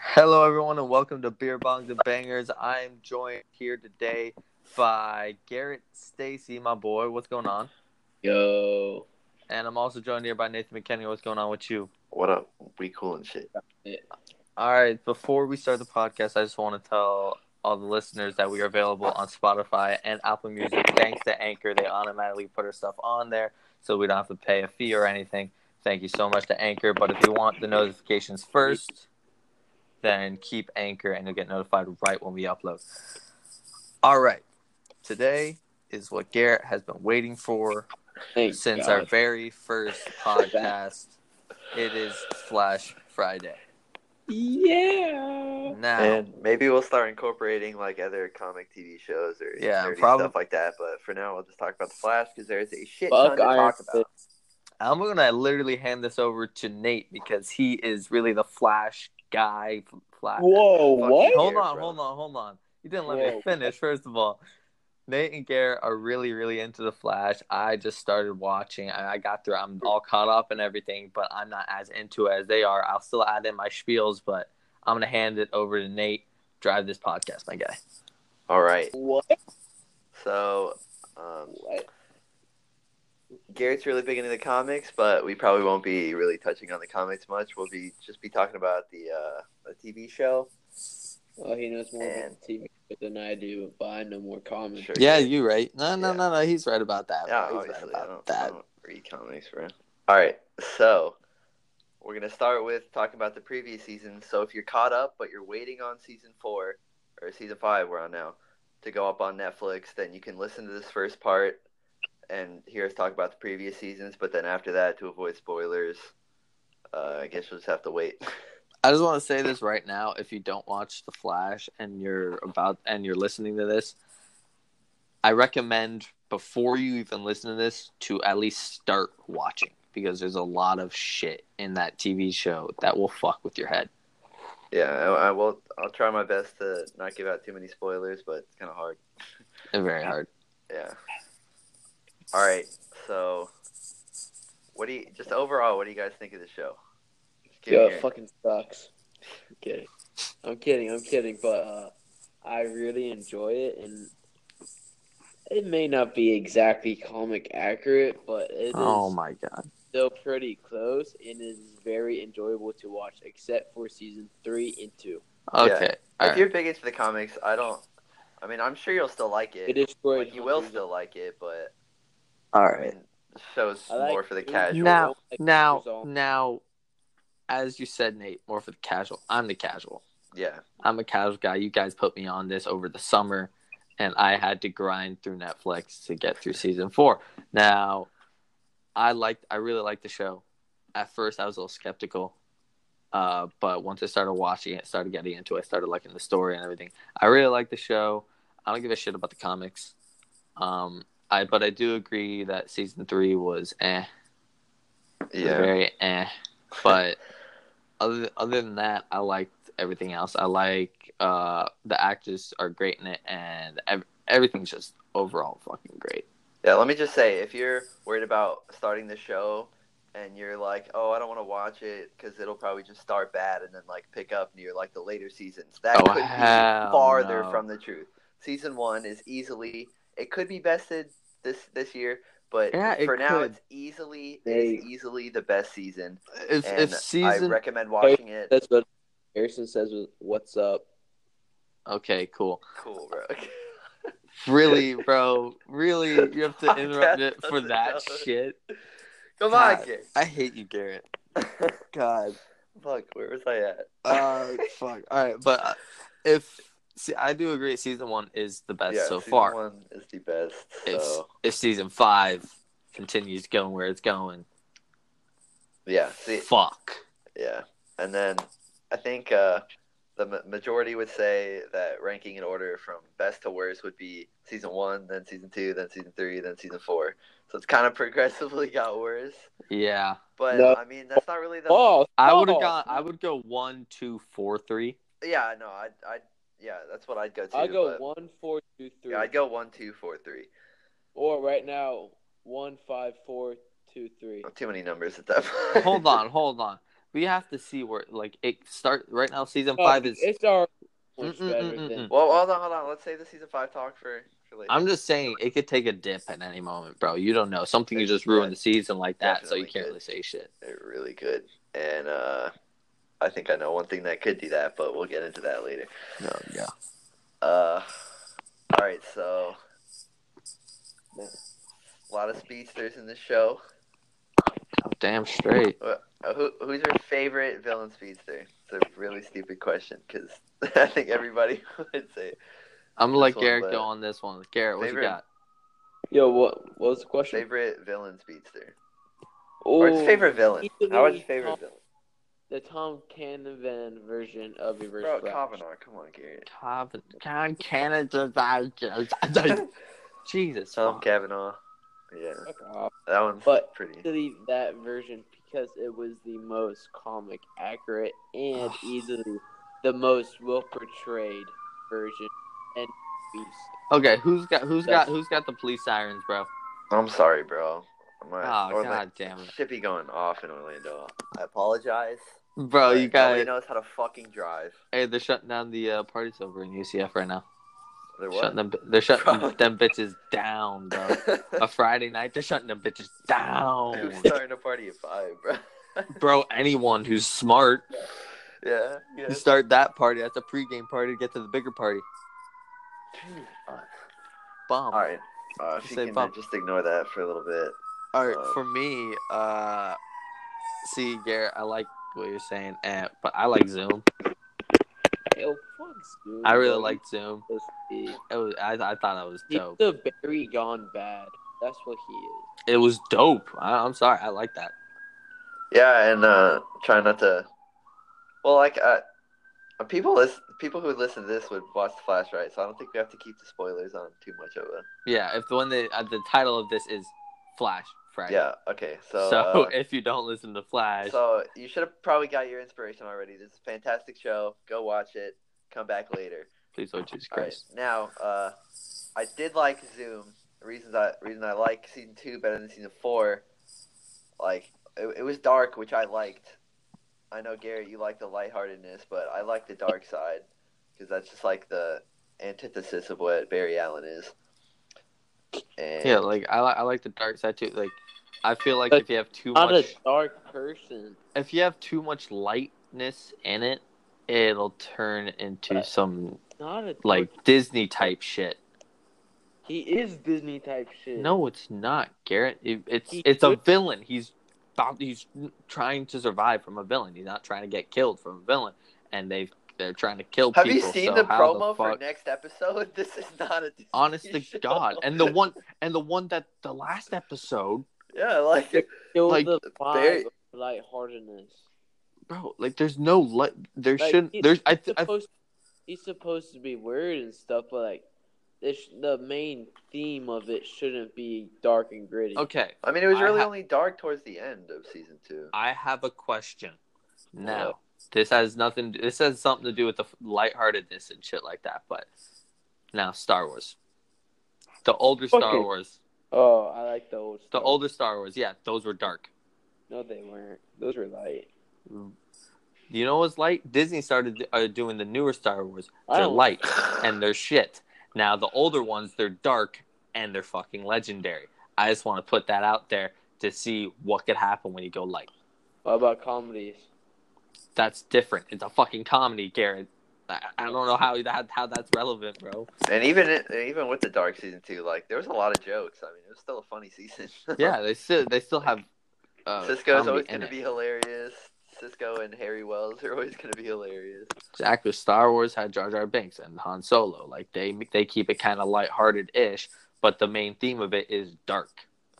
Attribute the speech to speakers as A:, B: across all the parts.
A: Hello, everyone, and welcome to Beer Bongs and Bangers. I am joined here today by Garrett Stacy, my boy. What's going on?
B: Yo,
A: And I'm also joined here by Nathan McKenny. What's going on with you?
C: What up? We cool and shit.
A: All right, before we start the podcast, I just want to tell all the listeners that we are available on Spotify and Apple Music. Thanks to Anchor, they automatically put our stuff on there, so we don't have to pay a fee or anything. Thank you so much to Anchor. But if you want the notifications first, then keep Anchor and you'll get notified right when we upload. All right, today is what Garrett has been waiting for
B: Thank
A: since
B: God.
A: our very first podcast. It is Flash Friday.
B: yeah.
A: Now,
C: And maybe we'll start incorporating like other comic TV shows or
A: Yeah,
C: nerdy
A: prob-
C: stuff like that. But for now, we'll just talk about the Flash because there's a shit
B: Fuck
C: ton to
B: Iron
C: talk about.
A: I'm gonna literally hand this over to Nate because he is really the Flash guy. Flash.
B: Whoa,
C: Fuck
B: what?
C: you.
A: Hold
C: Here,
A: on,
C: bro.
A: hold on, hold on. You didn't let
B: Whoa.
A: me finish. First of all, Nate and Garrett are really, really into the Flash. I just started watching. I, I got through. I'm all caught up and everything, but I'm not as into it as they are. I'll still add in my spiels, but I'm gonna hand it over to Nate. Drive this podcast, my guy.
C: All right.
B: What?
C: So, um,
B: What?
C: Garrett's really big into the comics, but we probably won't be really touching on the comics much. We'll be just be talking about the uh, the TV show.
B: Oh, he knows more
C: And-
B: about TV than I do, but I know more comics.
C: Sure.
A: you right. No,
C: no, no,
A: no. He's right about that.
C: Yeah, obviously, I don't, I don't read comics, bro. All right, so we're gonna start with talking about the previous season. So if you're caught up, but you're waiting on season four or season five, we're on now, to go up on Netflix, then you can listen to this first part and hear us talk about the previous seasons. But then after that, to avoid spoilers, uh, I guess you'll just have to wait.
A: I just want to say this right now. If you don't watch The Flash and you're about and you're listening to this, I recommend before you even listen to this to at least start watching because there's a lot of shit in that TV show that will fuck with your head.
C: yeah, I, I will. I'll try my best to not give out too many spoilers, but it's kind of hard.
A: They're very hard.
C: Yeah. All right. So, what do you just overall? What do you guys think of the show? Just give
B: Yo,
C: me your-
B: it fucking sucks. I'm kidding. I'm kidding. I'm kidding. But uh, I really enjoy it, and it may not be exactly comic accurate, but it is
A: Oh my god.
B: still pretty close, and it is very enjoyable to watch, except for season three and two.
A: Okay.
C: if
A: All right.
C: you're big into the comics, I don't. I mean, I'm sure you'll still like it.
B: It destroyed.
C: like, you will
B: Hunter's-
C: still like it, but
A: All
C: I
A: right.
C: mean, the show's
B: I like
C: more for the
B: it.
C: casual.
A: Now,
B: Like, years
A: now,
B: old.
A: now, as you said, Nate, more for the casual. I'm the casual.
C: Yeah.
A: I'm a casual guy. You guys put me on this over the summer, and I had to grind through Netflix to get through season four. Now, I liked, I really liked the show. At first, I was a little skeptical, uh, but once I started watching it, started getting into it, started liking the story and everything. I really like the show. I don't give a shit about the comics. Um, I but I do agree that season three was eh, It was
C: Yeah.
A: very eh but other other than that, I liked everything else. I like uh the actors are great in it, and ev- everything's just overall fucking great.
C: Yeah, let me just say, if you're worried about starting the show and you're like, oh, I don't want to watch it because it'll probably just start bad and then like pick up near like the later seasons, that
A: Oh,
C: could
A: hell
C: be farther
A: no.
C: from the truth. Season one is easily, it could be bested this this year, but
A: Yeah, it
C: for now
A: could.
C: it's easily it is
B: They-
C: easily the best season.
A: If
C: And
A: if
C: I
A: season
C: recommend watching it.
B: That's what Harrison says. was, What's up?
A: okay, cool.
C: Cool, bro.
A: Really, bro, really, you have to
C: Podcast
A: interrupt it for
C: doesn't
A: that
C: know.
A: shit.
C: Come on,
A: God,
C: Garrett.
A: I hate you, Garrett. God,
C: Fuck, where was I at?
A: uh, fuck. All right, but uh, if see, I do agree. Season one is the best so
C: season
A: far.
C: one is the best.
A: If
C: So.
A: if season five continues going where it's going,
C: Yeah, see,
A: fuck.
C: Yeah, and then I think uh, the ma- majority would say that ranking in order from best to worst would be season one, then season two, then season three, then season four. So it's kind of progressively got worse.
A: Yeah.
C: But
B: No.
C: I mean, that's not really the.
B: Oh,
A: I would have
B: oh.
A: gone. I would go one, two, four, three.
C: Yeah, no, I, I, yeah, that's what I'd go to.
B: I'll go
C: but-
B: one, four, two, three.
C: Yeah, I'd go one, two, four, three.
B: Or right now, one, five, four, two, three.
C: Too many numbers at that point.
A: Hold on, hold on. we have to see where like it start right now. Season
B: Oh,
A: five is.
B: it's already
A: Mm,
B: much
A: mm,
B: better
A: mm,
B: than
C: Well, hold on, hold on. Let's save the season five talk for, for later.
A: I'm just saying it could take a dip at any moment, bro. You don't know. Something could just ruin the season like that, so you
C: Definitely
A: can't
C: could.
A: really say shit.
C: They're really good, and uh, I think I know one thing that could do that, but we'll get into that later.
A: No, yeah.
C: Uh, all right, so a lot of speedsters in the show.
A: Damn straight.
C: Uh, who, who's your favorite villain speedster? It's a really stupid question because I think everybody would say it.
A: I'm gonna let
C: This one,
A: Garrett
C: but-
A: go on this one. Garrett, what
C: Favorite-
A: you got?
B: Yo, what what was the question?
C: favorite villain speedster or his
B: Oh,
C: favorite villain.
B: He's the
C: How about
B: one-
C: your favorite villain?
B: the Tom Canavan version of Reverse
C: Bro,
B: Flash.
C: Kavanar, come on, Garrett.
A: Top Con Canada. Jesus.
C: Tom
A: fuck.
C: Kavanaugh. Yeah,
B: Fuck off.
C: that one's
B: But-
C: pretty.
B: Actually, that version because it was the most comic accurate and easily the most well portrayed version and beast.
A: Okay, who's got who's got
B: That's-
A: who's got the police sirens, bro?
C: I'm sorry, bro. I'm
A: Oh
C: not, or, like,
A: god damn it.
C: Should be going off in Orlando. I apologize.
A: Bro, you got
C: Nobody knows how to fucking drive.
A: Hey, they're shutting down the uh, parties over in UCF right now.
C: They're
A: Shutting
C: what?
A: them they're shutting
C: Bro.
A: them bitches down, bro. A Friday night, they're shutting them bitches
C: Who's
A: down.
C: starting a party at five, bro?
A: bro, anyone who's smart
C: yeah. yeah.
A: You start that party. That's a pregame party to get to the bigger party. Bomb.
C: All right. Uh, if
A: Just
C: you
A: say
C: can
A: bump.
C: just ignore that for a little bit.
A: All right.
C: Uh,
A: For me, uh, see, Garrett, I like what you're saying, and, but I like Zoom.
B: Yo, fuck Zoom,
A: I
B: bro.
A: really liked Zoom.
B: He's supposed
A: It was, I, I thought it was
B: to be-
A: dope.
B: He's the Barry gone bad. That's what he is.
A: It was dope. I, I'm sorry. I like that.
C: Yeah, and uh, try not to. Well, like uh, people listen, people who listen to this would watch the Flash, right? So I don't think we have to keep the spoilers on too much of it.
A: Yeah. If the one that uh, the title of this is Flash Friday.
C: Yeah. Okay. So.
A: So,
C: uh,
A: if you don't listen to Flash,
C: So you should have probably got your inspiration already. This is a fantastic show. Go watch it. Come back later.
A: please don't Jesus
C: All right.
A: Christ.
C: Now, uh, I did like Zoom. The reasons I reason I like season two better than season four, like it, it was dark, which I liked. I know Gary, you like the lightheartedness, but I like the dark side because that's just like the antithesis of what Barry Allen is. And
A: Yeah, like I, li- I like the dark side too. Like, I feel like
B: But
A: if you have too
B: Not
A: much,
B: a dark person.
A: if you have too much lightness in it, it'll turn into some
B: Not a
A: like Disney type shit.
B: He is Disney type shit.
A: No, it's not, Garrett. It, it's
B: He
A: it's a
B: could-
A: villain. He's about, he's trying to survive from a villain. He's not trying to get killed from a villain, and they they're trying to kill
C: have you
A: people.
C: seen
A: so
C: the
A: how
C: promo
A: the
C: for
A: fuck?
C: next episode? This is not a Disney
A: Honest to
C: show.
A: God, and the one and the one that the last episode,
C: yeah, like
B: Kill
A: like,
B: the vibe
C: Barry-
B: of lightheartedness.
A: bro. Like, there's no li- there
B: Like,
A: shouldn't
B: he-
A: there's I,
B: He's
A: th- I
B: supposed, he's supposed to be weird and stuff, but like, this, the main theme of it shouldn't be dark and gritty.
A: okay.
C: I mean, it was
A: I
C: really
A: ha-
C: only dark towards the end of season two.
A: I have a question. Now, this has nothing. This has something to do with the f- lightheartedness and shit like that. But now, Star Wars, the older
B: Fuck
A: Star
B: it.
A: Wars,
B: Oh, I like the old.
A: the
B: stuff.
A: older Star Wars. Yeah, those were dark.
B: No, they weren't. Those were light.
A: You know what's light? Disney started uh, doing the newer Star Wars.
B: I
A: They're
B: don't-
A: light and they're shit. Now the older ones, they're dark and they're fucking legendary. I just want to put that out there to see what could happen when you go light.
B: What about comedies?
A: That's different. It's a fucking comedy, Garrett. I, I don't know how that how that's relevant, bro.
C: And even it- even with the dark season two, like there was a lot of jokes. I mean, it was still a funny season.
A: Yeah, they still they still have. Uh,
C: Cisco's
A: comedy
C: always
A: in
C: going to
A: it.
C: be hilarious. Cisco and Harry Wells are always going to be hilarious.
A: exactly. Star Wars had Jar Jar Binks and Han Solo. Like they they keep it kind of lighthearted ish, but the main theme of it is dark.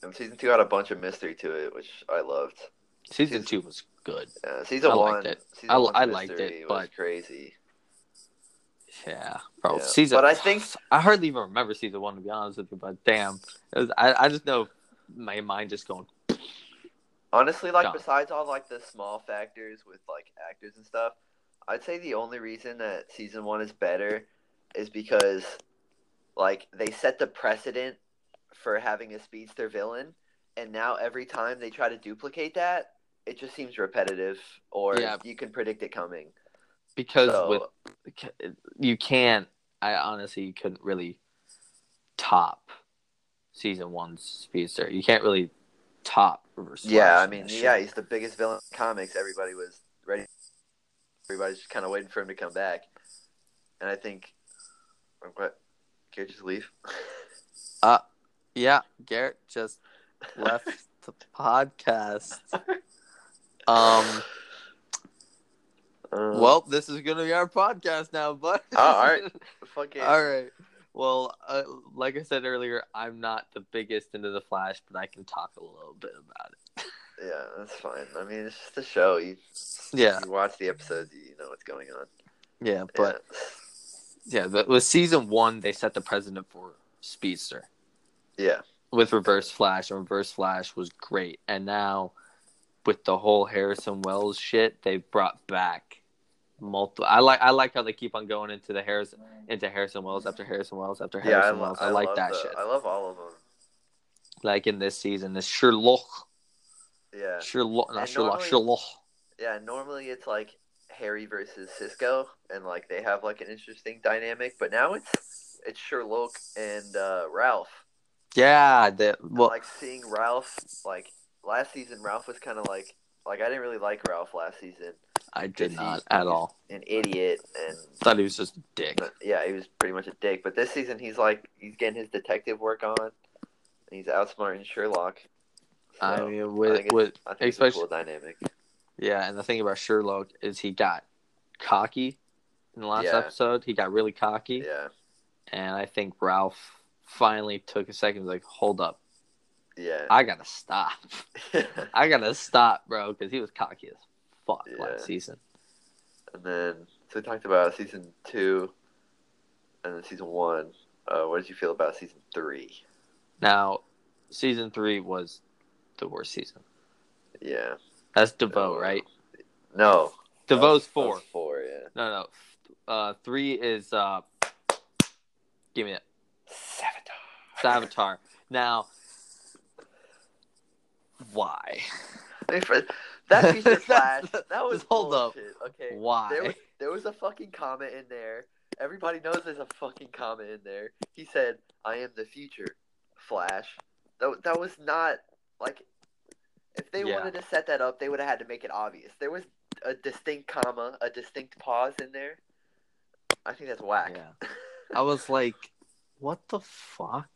C: And season two had a bunch of mystery to it, which I loved.
A: Season two was good.
C: Uh, season
A: I liked
C: one,
A: it.
C: season
A: I-
C: one's
A: I liked
C: mystery
A: it,
C: was
A: but-
C: crazy.
A: Yeah, bro.
C: Yeah.
A: Season.
C: But I think-
A: I hardly even remember season one to be honest with you. But damn, it was, I I just know my mind just going.
C: Honestly, like
A: Gone.
C: besides all like the small factors with like actors and stuff, I'd say the only reason that season one is better is because like they set the precedent for having a speedster villain, and now every time they try to duplicate that, it just seems repetitive, or
A: Yeah.
C: you can predict it coming.
A: because
C: So-
A: with you can't. I honestly couldn't really top season one's speedster. You can't really top River Splash
C: Yeah, I
A: in
C: mean,
A: that
C: yeah,
A: shit.
C: he's the biggest villain in comics. Everybody was ready. Everybody's just kind of waiting for him to come back. And I think, what? Can you just leave?
A: yeah. Garrett just left the podcast. Um.
C: Um,
A: Well, this is gonna be our podcast now, bud.
C: Oh, all right. fuck it.
A: All right. Well, uh, like I said earlier, I'm not the biggest into the Flash, but I can talk a little bit about it.
C: Yeah, that's fine. I mean, it's just a show. You,
A: Yeah.
C: you watch the episodes, you know what's going on.
A: Yeah, but yeah, the, with season one, they set the precedent for Speedster
C: yeah,
A: with Reverse Flash, and Reverse Flash was great. And now, with the whole Harrison Wells shit, they brought back multiple. I like I like how they keep on going into the Harrison into Harrison Wells after Harrison Wells after
C: yeah, I,
A: Harrison
C: lo-
A: Wells. I, like
C: love
A: that
C: the-
A: shit.
C: I love all of them.
A: like in this season is Sherlock.
C: Yeah,
A: Sherlock, not
C: And
A: Sherlock,
C: normally-
A: Sherlock.
C: yeah. Normally it's like Harry versus Cisco, and like they have like an interesting dynamic. But now it's it's Sherlock and uh, Ralph.
A: Yeah, that
C: And,
A: well,
C: like seeing Ralph. Like last season, Ralph was kind of like like I didn't really like Ralph last season.
A: I did
C: he-
A: not at all.
C: An idiot and
A: Thought he was just a dick.
C: But, yeah, he was pretty much a dick. But this season, he's like he's getting his detective work on. And he's outsmarting Sherlock. So,
A: I mean, with
C: think it's-
A: with
C: I think it's a
A: especially-
C: cool dynamic.
A: yeah, and the thing about Sherlock is he got cocky in the last
C: Yeah.
A: episode. He got really cocky,
C: Yeah,
A: and I think Ralph finally took a second. was Like, hold up,
C: yeah,
A: I gotta stop. I gotta stop, bro, because he was cocky as fuck
C: Yeah.
A: last season.
C: and then so we talked about season two, and then season one. Uh, what did you feel about season three?
A: Now, season three was the worst season.
C: Yeah,
A: That's Devoe,
C: Oh,
A: right?
C: no, that was-
A: Devoe's
C: that
A: four.
C: was Four, yeah.
A: No, no. Uh, three is uh, give me that
C: Savitar.
A: Savitar. now, why?
C: I mean, for, that feature flash. That was
A: Hold up.
C: bullshit. Okay, There
A: Why?
C: was, there was a fucking comment in there. Everybody knows there's a fucking comment in there. He said, "I am the future, Flash." That that was not like if they
A: Yeah.
C: wanted to set that up, they would have had to make it obvious. There was a distinct comma, a distinct pause in there. I think that's whack.
A: Yeah. I was like, what the fuck?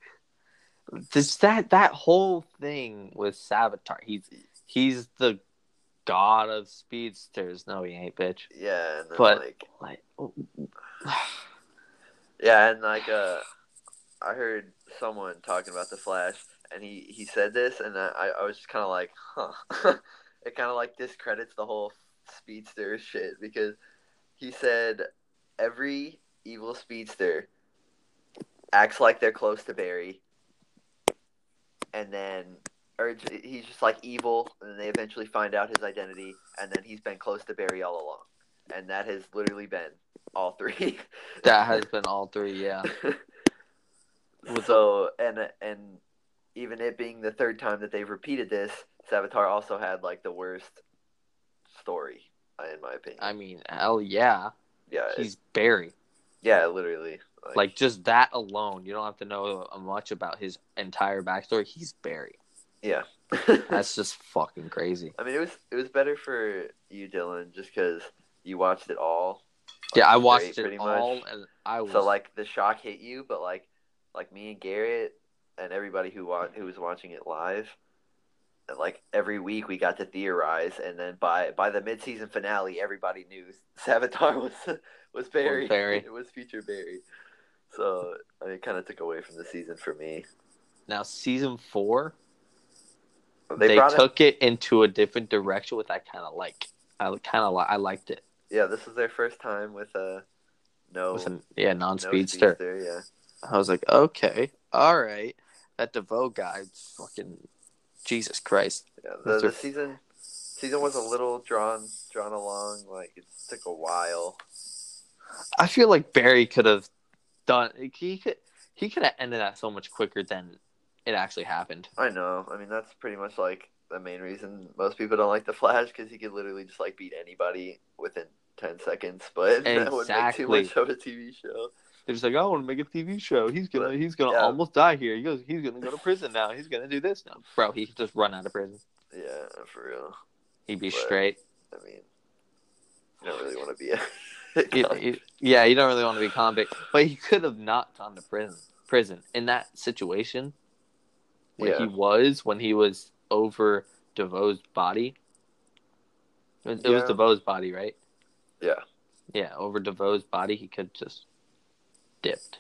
A: This that that whole thing with Savitar. He's he's the god of speedsters. No, he ain't, bitch.
C: Yeah, and then,
A: But-
C: like
A: Like,
C: Yeah, and like uh, I heard someone talking about the Flash, and he he said this, and I I was just kind of like, huh. it kind of like discredits the whole speedster shit because he said every evil speedster acts like they're close to Barry, and then. Or j- he's just like evil, and they eventually find out his identity, and then he's been close to Barry all along, and that has literally been all three.
A: that has been all three. Yeah. With
C: so and and even it being the third time that they've repeated this, Savitar also had like the worst story, uh, in my opinion.
A: I mean, hell yeah.
C: yeah, it-
A: He's Barry.
C: yeah, literally.
A: like just that alone you don't have to know uh, much about his entire backstory he's barry
C: yeah.
A: that's just fucking crazy
C: I mean, it was it was better for you, Dylan, just because you watched it all.
A: yeah i
C: straight,
A: watched
C: pretty
A: it
C: much.
A: all and i was
C: So like the shock hit you, but like like me and Garrett and everybody who wa- who was watching it live, and, like every week we got to theorize, and then by by the mid season finale, everybody knew Savitar was was Barry.
A: Barry.
C: It was future Barry. So I mean, it kind of took away from the season for me.
A: now season four
C: They,
A: they,
C: brought it,
A: took it... into a different direction which i kind of like i kind of li- i liked it
C: yeah, this was their first time with a no
A: with an, yeah
C: no
A: non-speedster
C: speedster, yeah.
A: i was like okay all right that devoe guy fucking jesus christ
C: Yeah, the,
A: Those are-
C: the season season was a little drawn drawn along. Like it took a while.
A: I feel like Barry could have done. He could he could have ended that so much quicker than it actually happened.
C: I know. I mean, that's pretty much like the main reason most people don't like the Flash because he could literally just like beat anybody within ten seconds. But that would make too
A: Exactly.
C: much of a TV show.
A: They're just like, "Oh, I want to make a TV show. He's gonna, he's gonna
C: Yeah.
A: almost die here. He goes, he's gonna go to prison now. He's gonna do this now, bro. He could just run out of prison.
C: Yeah, for real.
A: He'd be
C: Right.
A: straight.
C: I mean, you don't really want to be a.
A: You- you- yeah, you don't really want to be convict, but he could have not gone to prison. Prison in that situation where he
C: yeah,
A: was when he was over DeVoe's body. It was, it was
C: Yeah.
A: DeVoe's body, right?
C: yeah,
A: Yeah, over DeVoe's body, he could just dipped.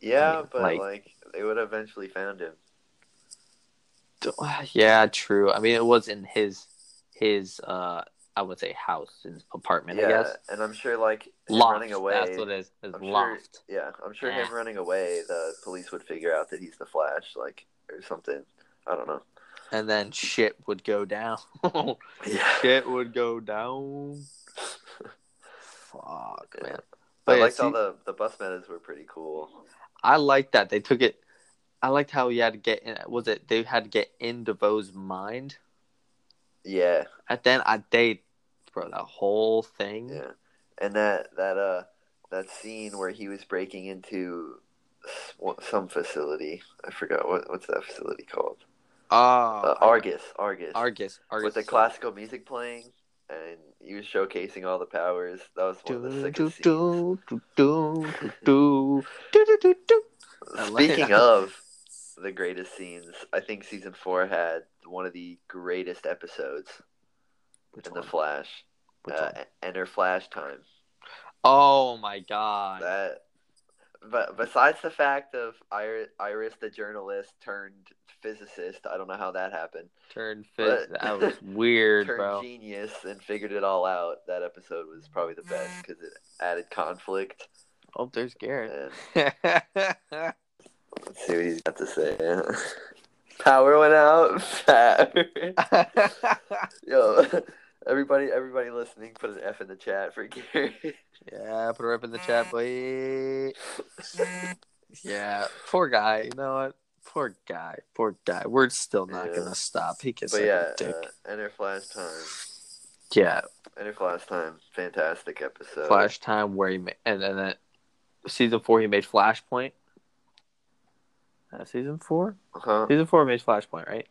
C: yeah,
A: mean,
C: but
A: like-
C: like, they would have eventually found him.
A: Yeah, true. I mean, it was in his his uh I would say house, his apartment. I
C: yeah,
A: guess
C: and I'm sure like him
A: loft.
C: running away.
A: That's what it is. It's
C: I'm sure-
A: loft.
C: Yeah, I'm sure
A: Eh.
C: him running away, the police would figure out that he's the Flash, like or something. I don't know.
A: And then shit would go down.
C: Yeah,
A: shit would go down. Fuck, man. But
C: I
A: yeah,
C: liked all
A: see-
C: the the bus methods were pretty cool.
A: I like that they took it. I liked how he had to get in. Was it they had to get in DeVoe's mind?
C: Yeah,
A: And then I they, bro, that whole thing.
C: yeah, and that that uh that scene where he was breaking into s- some facility. I forgot what what's that facility called.
A: Oh,
C: Uh, Argus, Argus,
A: Argus, Argus.
C: with the classical music playing, and he was showcasing all the powers. That was one of the
A: Do, do,
C: sickest scenes.
A: do, do, do, do, do, do, do, do. I like it.
C: Speaking of the greatest scenes, I think season four had one of the greatest episodes
A: Which
C: in
A: one?
C: the Flash.
A: Which
C: uh,
A: one?
C: Enter Flash Time.
A: Oh my god.
C: That, but besides the fact of Iris, Iris the journalist turned physicist, I don't know how that happened.
A: Turn fit.
C: But-
A: That was weird,
C: turned
A: bro.
C: genius and figured it all out. That episode was probably the best because it added conflict.
A: Oh, there's Garrett.
C: And Uh,
A: That's
C: let's see what he's got to say. Power went out. Power. Yo, everybody, everybody listening, put an F in the chat for Gary.
A: Yeah, put her up in the chat, boy. yeah, poor guy. You know what? Poor guy. Poor guy. We're still not
C: Yeah.
A: gonna stop. He gets
C: but
A: like
C: yeah,
A: a dick.
C: uh, Enter Flash Time.
A: yeah,
C: Enter Flash Time. Fantastic episode.
A: Flash time where he ma- and then that season four he made Flashpoint. Uh, season four,
C: Huh?
A: season four made Flashpoint, right?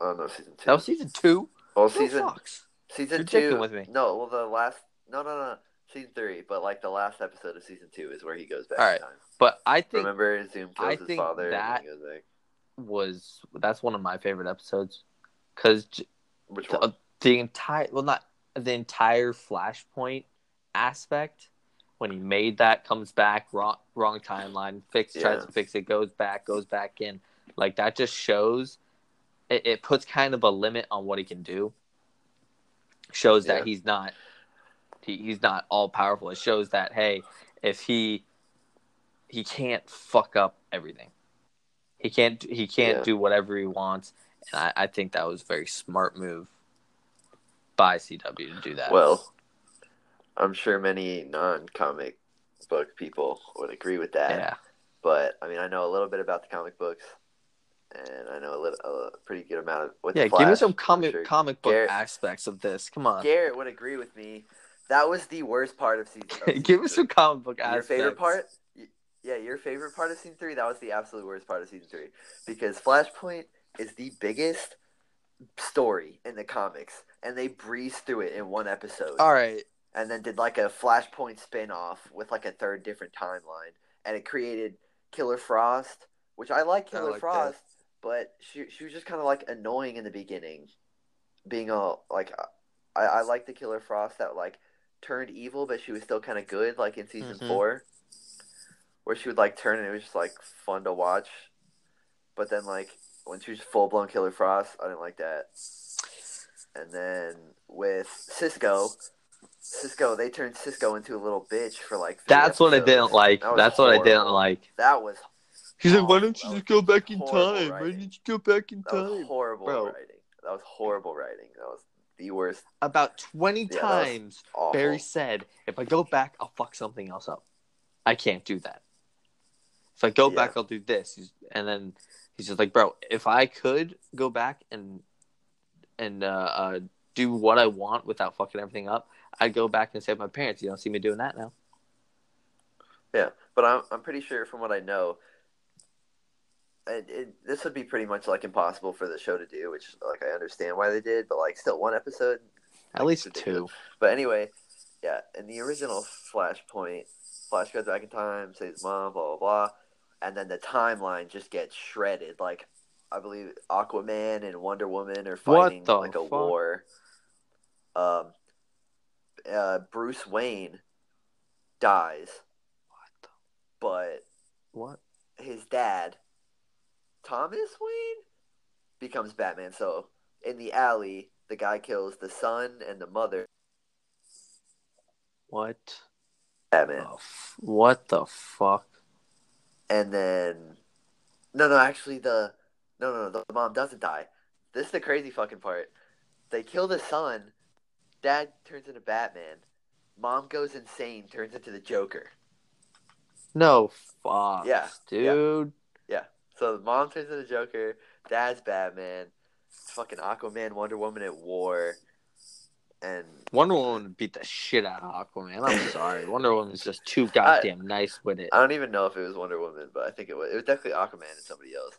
C: Oh no, season two.
A: That was season two.
C: well,
A: Little
C: season
A: Fox.
C: season
A: You're
C: two.
A: joking with me.
C: No, well the last. No, no, no. Season three, but like the last episode of season two is where he goes back. in
A: Alright,
C: time.
A: But I think
C: Remember, Zoom kills
A: I
C: his
A: think
C: father.
A: that-
C: And he goes back.
A: was that's one of my favorite episodes because
C: Which
A: the,
C: one?
A: the entire well not the entire flashpoint aspect when he made that comes back wrong wrong timeline fix tries
C: Yeah.
A: to fix it goes back goes back in like that just shows it, it puts kind of a limit on what he can do shows
C: Yeah.
A: that he's not he, he's not all powerful it shows that hey if he he can't fuck up everything he can't he can't
C: Yeah.
A: do whatever he wants and I, I think that was a very smart move by CW to do that.
C: Well, I'm sure many non-comic book people would agree with that.
A: yeah,
C: but I mean, I know a little bit about the comic books, and I know a little, a pretty good amount of. With
A: yeah.
C: the
A: Give me
C: Flash,
A: some
C: I'm
A: comic
C: sure
A: comic book
C: Garrett-
A: aspects of this. Come on,
C: Garrett would agree with me. That was the worst part of season. of season
A: give us
C: three.
A: some comic book
C: Your
A: aspects.
C: favorite part? Y- Yeah, your favorite part of season three. That was the absolute worst part of season three because Flashpoint is the biggest story in the comics, and they breezed through it in one episode.
A: All right,
C: and then did like a Flashpoint spin off with like a third different timeline, and it created Killer Frost, which I like Killer
A: like that.
C: Frost, but she she was just kind of like annoying in the beginning, being all like, I I like the Killer Frost that like turned evil, but she was still kind of good, like in season
A: Mhm.
C: four, where she would like turn and it was just like fun to watch, but then like when she was full blown Killer Frost, I didn't like that. And then with Cisco, Cisco, they turned Cisco into a little bitch for like. three
A: that's what I
C: episodes.
A: didn't like.
C: That was
A: That's what I didn't
C: horrible.
A: like.
C: That was
A: He's like, why
C: Oh,
A: don't
C: that
A: you just go
C: was
A: back in
C: horrible
A: time? Why
C: writing.
A: don't you go back in
C: that was
A: time?
C: horrible
A: Bro.
C: writing. That was horrible writing. That was the worst.
A: About twenty
C: Yeah, that was
A: times,
C: Awful.
A: Barry said, "If I go back, I'll fuck something else up. I can't do that. If I go
C: Yeah.
A: back, I'll do this." He's- And then He's just like, bro, if I could go back and and uh, uh, do what I want without fucking everything up, I'd go back and save my parents. You don't see me doing that now.
C: Yeah, but I'm I'm pretty sure from what I know, it, it, this would be pretty much like impossible for the show to do, which like I understand why they did, but like still one episode.
A: At least two.
C: But anyway, yeah, in the original Flashpoint, Flash goes back in time, saves mom, blah blah blah, and then the timeline just gets shredded. Like I believe Aquaman and Wonder Woman are fighting
A: the
C: like a
A: fuck?
C: war. Um, uh, Bruce Wayne dies,
A: What? The,
C: but
A: what?
C: his dad, Thomas Wayne, becomes Batman. So in the alley, the guy kills the son and the mother.
A: What?
C: Batman.
A: The f- what the fuck?
C: and then no no actually the no no no the mom doesn't die this is the crazy fucking part they kill the son dad turns into batman mom goes insane turns into the joker
A: No fuck.
C: Yeah, yeah.
A: dude.
C: so the mom turns into the joker dad's batman fucking aquaman wonder woman at war and
A: Wonder Woman beat the shit out of Aquaman. I'm sorry. Wonder Woman's just too goddamn nice with it.
C: i don't even know if it was wonder woman but i think it was it was definitely aquaman and somebody else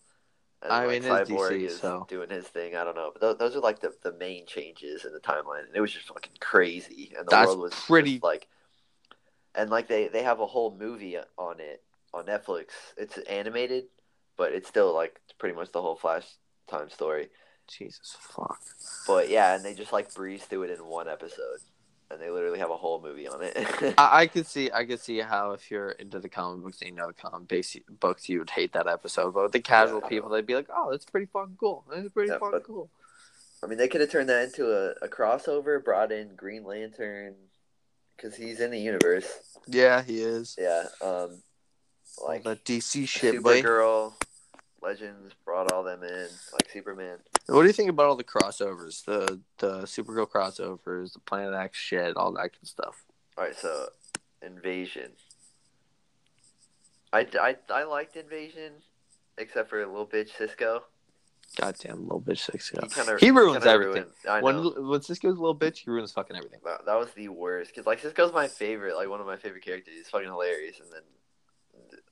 C: and
A: I
C: like,
A: mean, it's
C: Cyborg
A: DC,
C: is
A: so-
C: doing his thing. I don't know, but those, those are like the, the main changes in the timeline, and it was just fucking crazy. And the
A: That's
C: world was just,
A: pretty-
C: like, and like they they have a whole movie on it on Netflix. It's animated, but it's still like pretty much the whole Flash time story.
A: Jesus fuck.
C: But yeah, and they just like breeze through it in one episode, and they literally have a whole movie on it.
A: I, I could see, I could see how if you're into the comic books and you know the comic base, books, you would hate that episode. But with the casual
C: Yeah.
A: people, they'd be like, "Oh, that's pretty fucking cool. That's pretty
C: Yeah,
A: fucking
C: but-
A: cool."
C: I mean, they could have turned that into a, a crossover, brought in Green Lantern because he's in the universe.
A: Yeah, he is.
C: Yeah, um,
A: Like
C: like
A: the DC shit, boy.
C: Supergirl, Legends brought all them in, like Superman.
A: What do you think about all the crossovers? The the Supergirl crossovers, the Planet X shit, all that good stuff.
C: All right, so Invasion. I, I, I liked Invasion, except for little bitch Cisco.
A: Goddamn, little bitch six.
C: He kind of
A: He ruins everything.
C: I know.
A: When when Cisco's a little bitch, he ruins fucking everything.
C: That, that was the worst because like Cisco's my favorite, like one of my favorite characters. He's fucking hilarious, and then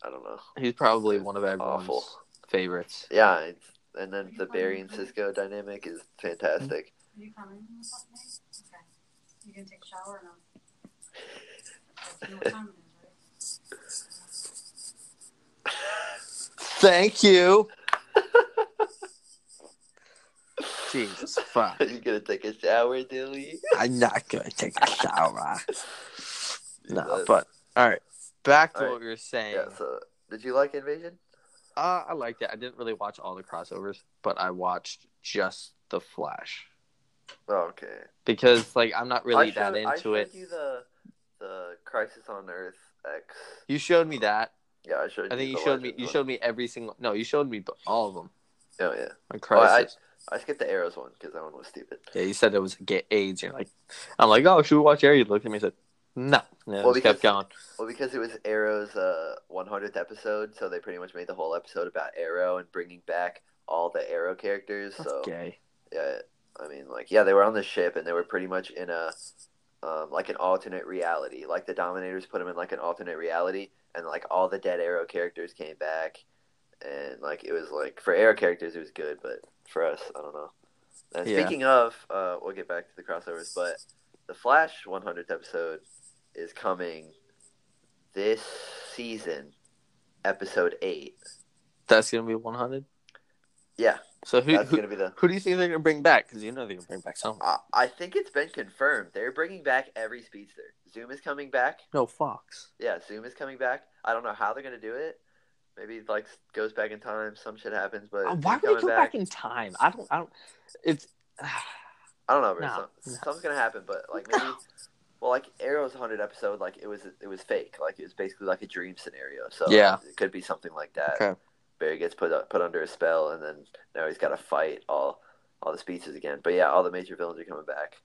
C: I don't know.
A: He's probably one of everyone's
C: Awful.
A: favorites.
C: Yeah, it's, and then the Barry and Cisco dynamic is fantastic.
D: Are you coming in this afternoon? Okay. You can take a shower and I'll. You know what time it is, right?
A: Thank you. Jesus fuck.
C: you gonna take a shower, Dilly?
A: I'm not gonna take a shower. no,
C: That's-
A: but all right. Back to
C: All right.
A: what we were saying.
C: Yeah. So, did you like Invasion?
A: Uh, I liked it. I didn't really watch all the crossovers, but I watched just the Flash
C: Oh, okay.
A: because, like, I'm not really
C: I
A: that
C: showed- I
A: into
C: showed
A: it. You...
C: You the the Crisis on Earth X.
A: showed me that.
C: Yeah, I showed.
A: I think you
C: the
A: showed me.
C: Legends
A: You
C: one.
A: showed me every single. No, you showed me b- all of them.
C: Oh yeah.
A: On
C: Oh, I-
A: Crisis.
C: I skipped the arrows one because that one was stupid.
A: Yeah, you said it was get AIDS. You're like, I'm like, oh, should we watch Air? You looked at me and said, no. And I
C: Well,
A: just
C: because-
A: kept going.
C: Well, because it was Arrow's uh, 100th episode, so they pretty much made the whole episode about Arrow and bringing back all the Arrow characters.
A: That's
C: so
A: gay.
C: yeah, I mean, like, yeah, they were on the ship and they were pretty much in a um, like an alternate reality. Like the Dominators put them in like an alternate reality, and like all the dead Arrow characters came back, and like it was like for Arrow characters it was good, but for us, I don't know. And
A: Yeah.
C: speaking of, uh, we'll get back to the crossovers, but the Flash 100th episode is coming this season, episode eight.
A: That's gonna be 100.
C: Yeah,
A: So who
C: that's
A: who,
C: gonna be the
A: who do you think they're gonna bring back? Because you know they're gonna bring back someone.
C: I I think it's been confirmed. They're bringing back every speedster. Zoom is coming back.
A: No, Fox.
C: Yeah, Zoom is coming back. I don't know how they're gonna do it. Maybe like goes back in time. Some shit happens, but
A: Uh,
C: Zoom's
A: Why would
C: coming
A: they go back. in time? I don't. I don't. It's.
C: I don't know. But
A: No,
C: some-
A: no.
C: Something's gonna happen, but like maybe. Well, like Arrow's hundred episode, like it was it was fake. Like it was basically like a dream scenario. So
A: Yeah.
C: it could be something like that.
A: Okay.
C: Barry gets put up, put under a spell, and then now he's got to fight all all the speeches again. But yeah, all the major villains are coming back,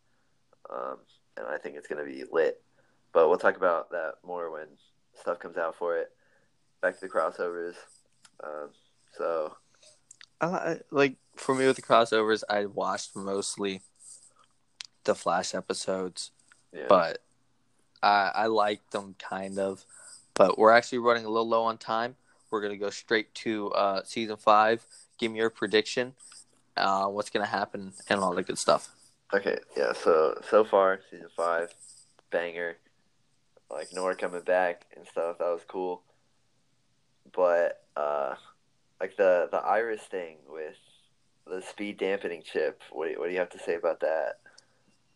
C: um, and I think it's gonna be lit. But we'll talk about that more when stuff comes out for it. Back to the crossovers. Um, so
A: I li- like for me with the crossovers, I watched mostly the Flash episodes,
C: Yeah.
A: but I I liked them kind of. But we're actually running a little low on time. We're gonna go straight to uh, season five. Give me your prediction. Uh, what's gonna happen and all that good stuff.
C: Okay, yeah. So so far, season five, banger. Like Nora coming back and stuff. That was cool. But uh, like the the iris thing with the speed dampening chip. What do you, what do you have to say about that?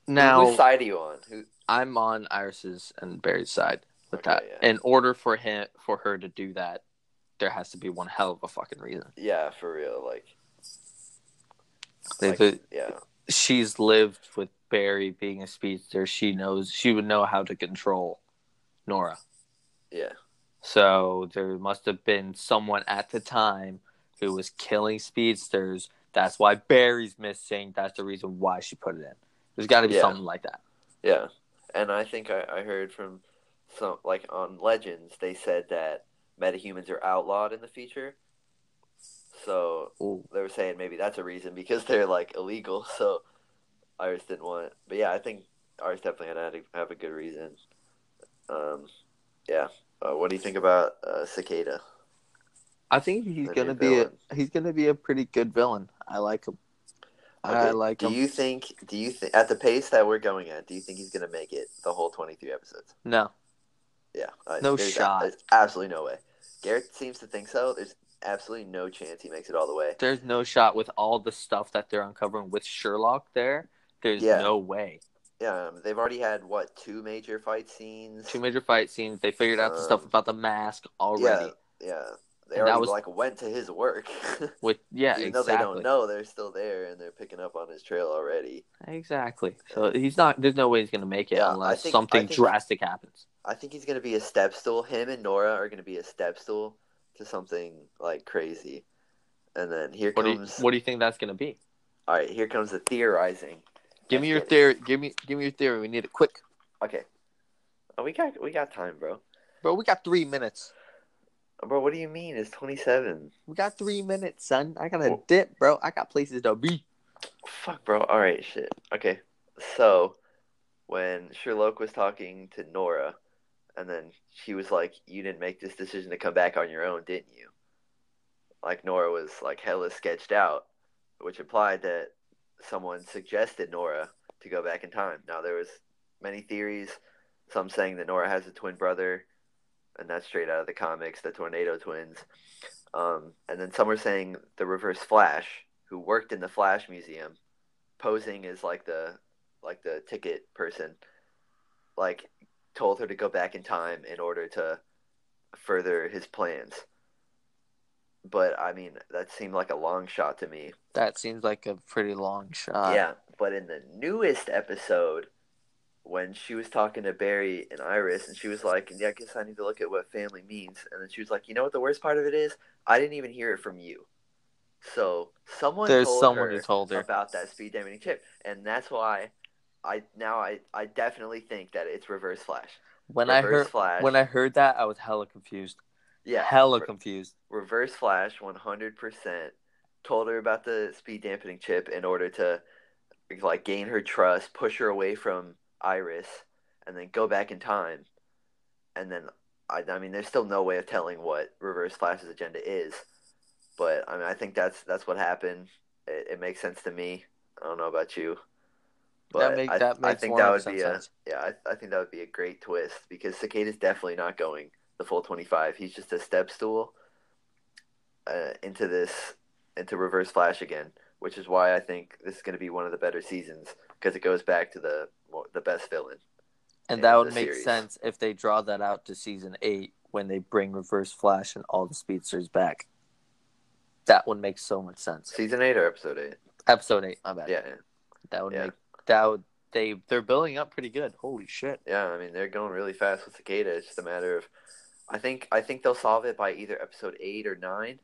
A: Now
C: Whose side are you on? Who?
A: I'm on Iris's and Barry's side with
C: Okay,
A: that.
C: yeah.
A: In order for him for her to do that, there has to be one hell of a fucking reason.
C: Yeah, for real. Like,
A: They-
C: like,
A: they-
C: yeah,
A: she's lived with Barry being a speedster. She knows she would know how to control Nora.
C: yeah,
A: So there must have been someone at the time who was killing speedsters. That's why Barry's missing. That's the reason why she put it in. There's got to be
C: Yeah.
A: something like that.
C: yeah. And I think I, I heard from some like on Legends they said that metahumans are outlawed in the future. So
A: Ooh.
C: they were saying maybe that's a reason because they're like illegal. So Iris didn't want it. But yeah, I think Iris definitely had to have a good reason. Um, yeah. Uh, what do you think about uh, Cicada?
A: I think he's
C: The new
A: gonna be a,
C: villain.
A: he's gonna be a pretty good villain. I like him. I
C: Okay,
A: like
C: Do
A: him.
C: you think? Do you think at the pace that we're going at? Do you think he's gonna make it the whole twenty-three episodes?
A: No,
C: Yeah. I-
A: No
C: there's a-
A: shot.
C: there's absolutely no way. Garrett seems to think so. There's absolutely no chance he makes it all the way.
A: there's no shot with all the stuff that they're uncovering with Sherlock. There, there's
C: Yeah.
A: no way.
C: Yeah. Um, they've already had what two major fight scenes?
A: two major fight scenes. They figured out the stuff
C: Um,
A: about the mask already.
C: Yeah. Yeah. They
A: And that
C: already
A: was-
C: like went to his work.
A: With yeah,
C: Even though they
A: exactly,
C: don't know, they're still there and they're picking up on his trail already.
A: exactly. So he's not. There's no way he's gonna make it
C: Yeah, I
A: unless
C: think- I
A: something
C: think-
A: drastic happens.
C: I think he's gonna be a step stool. Him and Nora are gonna be a step stool to something like crazy. And then here
A: What do you
C: comes
A: What do you think that's gonna be?
C: all right, here comes the theorizing.
A: Give me your
C: Let's get
A: theory. Give me Give me your theory. We need it quick,
C: Okay. Oh, we got we got time, bro.
A: bro. We got three minutes.
C: Bro, what do you mean? It's twenty seven.
A: We got three minutes, son. I got a
C: Well-
A: dip, bro. I got places to be.
C: Fuck, bro. All right, shit. Okay, so when Sherlock was talking to Nora, and then she was like, "You didn't make this decision to come back on your own, didn't you?" Like Nora was like hella sketched out, which implied that someone suggested Nora to go back in time. Now there was many theories. Some saying that Nora has a twin brother, and that's straight out of the comics, the Tornado Twins. Um, and then some were saying the Reverse Flash, who worked in the Flash Museum, posing as like the like the ticket person, like told her to go back in time in order to further his plans. But I mean, that seemed like a long shot to me.
A: That seems like a pretty long shot.
C: yeah, Uh, but in the newest episode, when she was talking to Barry and Iris, and she was like, "Yeah, I guess I need to look at what family means," and then she was like, "You know what the worst part of it is? I didn't even hear it from you." So someone
A: There's
C: told
A: someone
C: her
A: who told her.
C: about that speed dampening chip, and that's why I now I, I definitely think that it's Reverse Flash.
A: When I
C: reverse
A: heard
C: Flash,
A: when I heard that, I was hella confused.
C: yeah,
A: hella
C: Re-
A: confused.
C: Reverse Flash 100% told her about the speed dampening chip in order to like gain her trust, push her away from Iris, and then go back in time. And then I, I mean, there's still no way of telling what Reverse Flash's agenda is, but I mean, I think that's that's what happened. It, it makes sense to me. I don't know about you, but
A: that make,
C: I,
A: that
C: I
A: makes
C: think that would
A: 100%
C: be a
A: sense.
C: yeah, I, I think that would be a great twist because Cicada's definitely not going the full 25. He's just a step stool uh, into this into Reverse Flash again, which is why I think this is going to be one of the better seasons because it goes back to the mo- the best villain.
A: And
C: in
A: that
C: the
A: would make
C: series.
A: sense if they draw that out to season eight when they bring Reverse Flash and all the speedsters back. That would make so much sense.
C: Season eight or episode eight?
A: Episode eight, my bad.
C: Yeah,
A: that would
C: yeah.
A: make that would they they're building up pretty good. Holy shit!
C: yeah. I mean, they're going really fast with Cicada. It's just a matter of, I think I think they'll solve it by either episode eight or nine.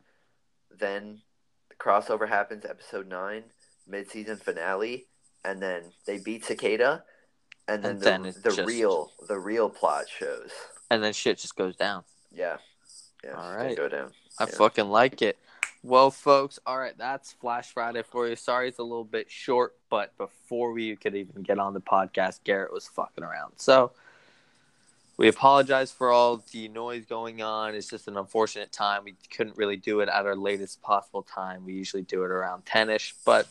C: Then the crossover happens, episode nine, mid season finale, and then they beat Cicada, and then
A: And
C: the,
A: then it's
C: the
A: just-
C: real the real plot shows.
A: And then shit just goes down.
C: Yeah, yeah. it's
A: All
C: gonna
A: right.
C: go down.
A: I
C: Yeah.
A: fucking like it. Well, folks, all right, that's Flash Friday for you. Sorry it's a little bit short, but before we could even get on the podcast, Garrett was fucking around. So we apologize for all the noise going on. It's just an unfortunate time. We couldn't really do it at our latest possible time. We usually do it around 10 ish, but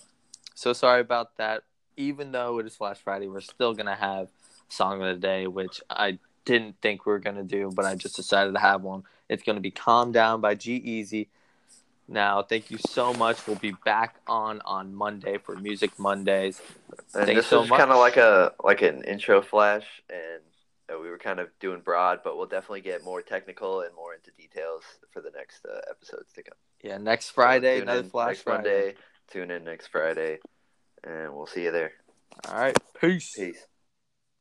A: so sorry about that. Even though it is Flash Friday, we're still going to have Song of the Day, which I didn't think we were going to do, but I just decided to have one. It's going to be Calm Down by G Easy. Now, thank you so much. We'll be back on on Monday for Music Mondays.
C: And
A: Thanks
C: this
A: so
C: was kind
A: much.
C: of like a like an intro flash, and uh, we were kind of doing broad, but we'll definitely get more technical and more into details for the next uh, episodes to come.
A: Yeah, next
C: So
A: Friday,
C: tune
A: another
C: in
A: Flash
C: next
A: Friday.
C: Monday. Tune in next Friday, and we'll see you there.
A: All right, peace.
C: Peace.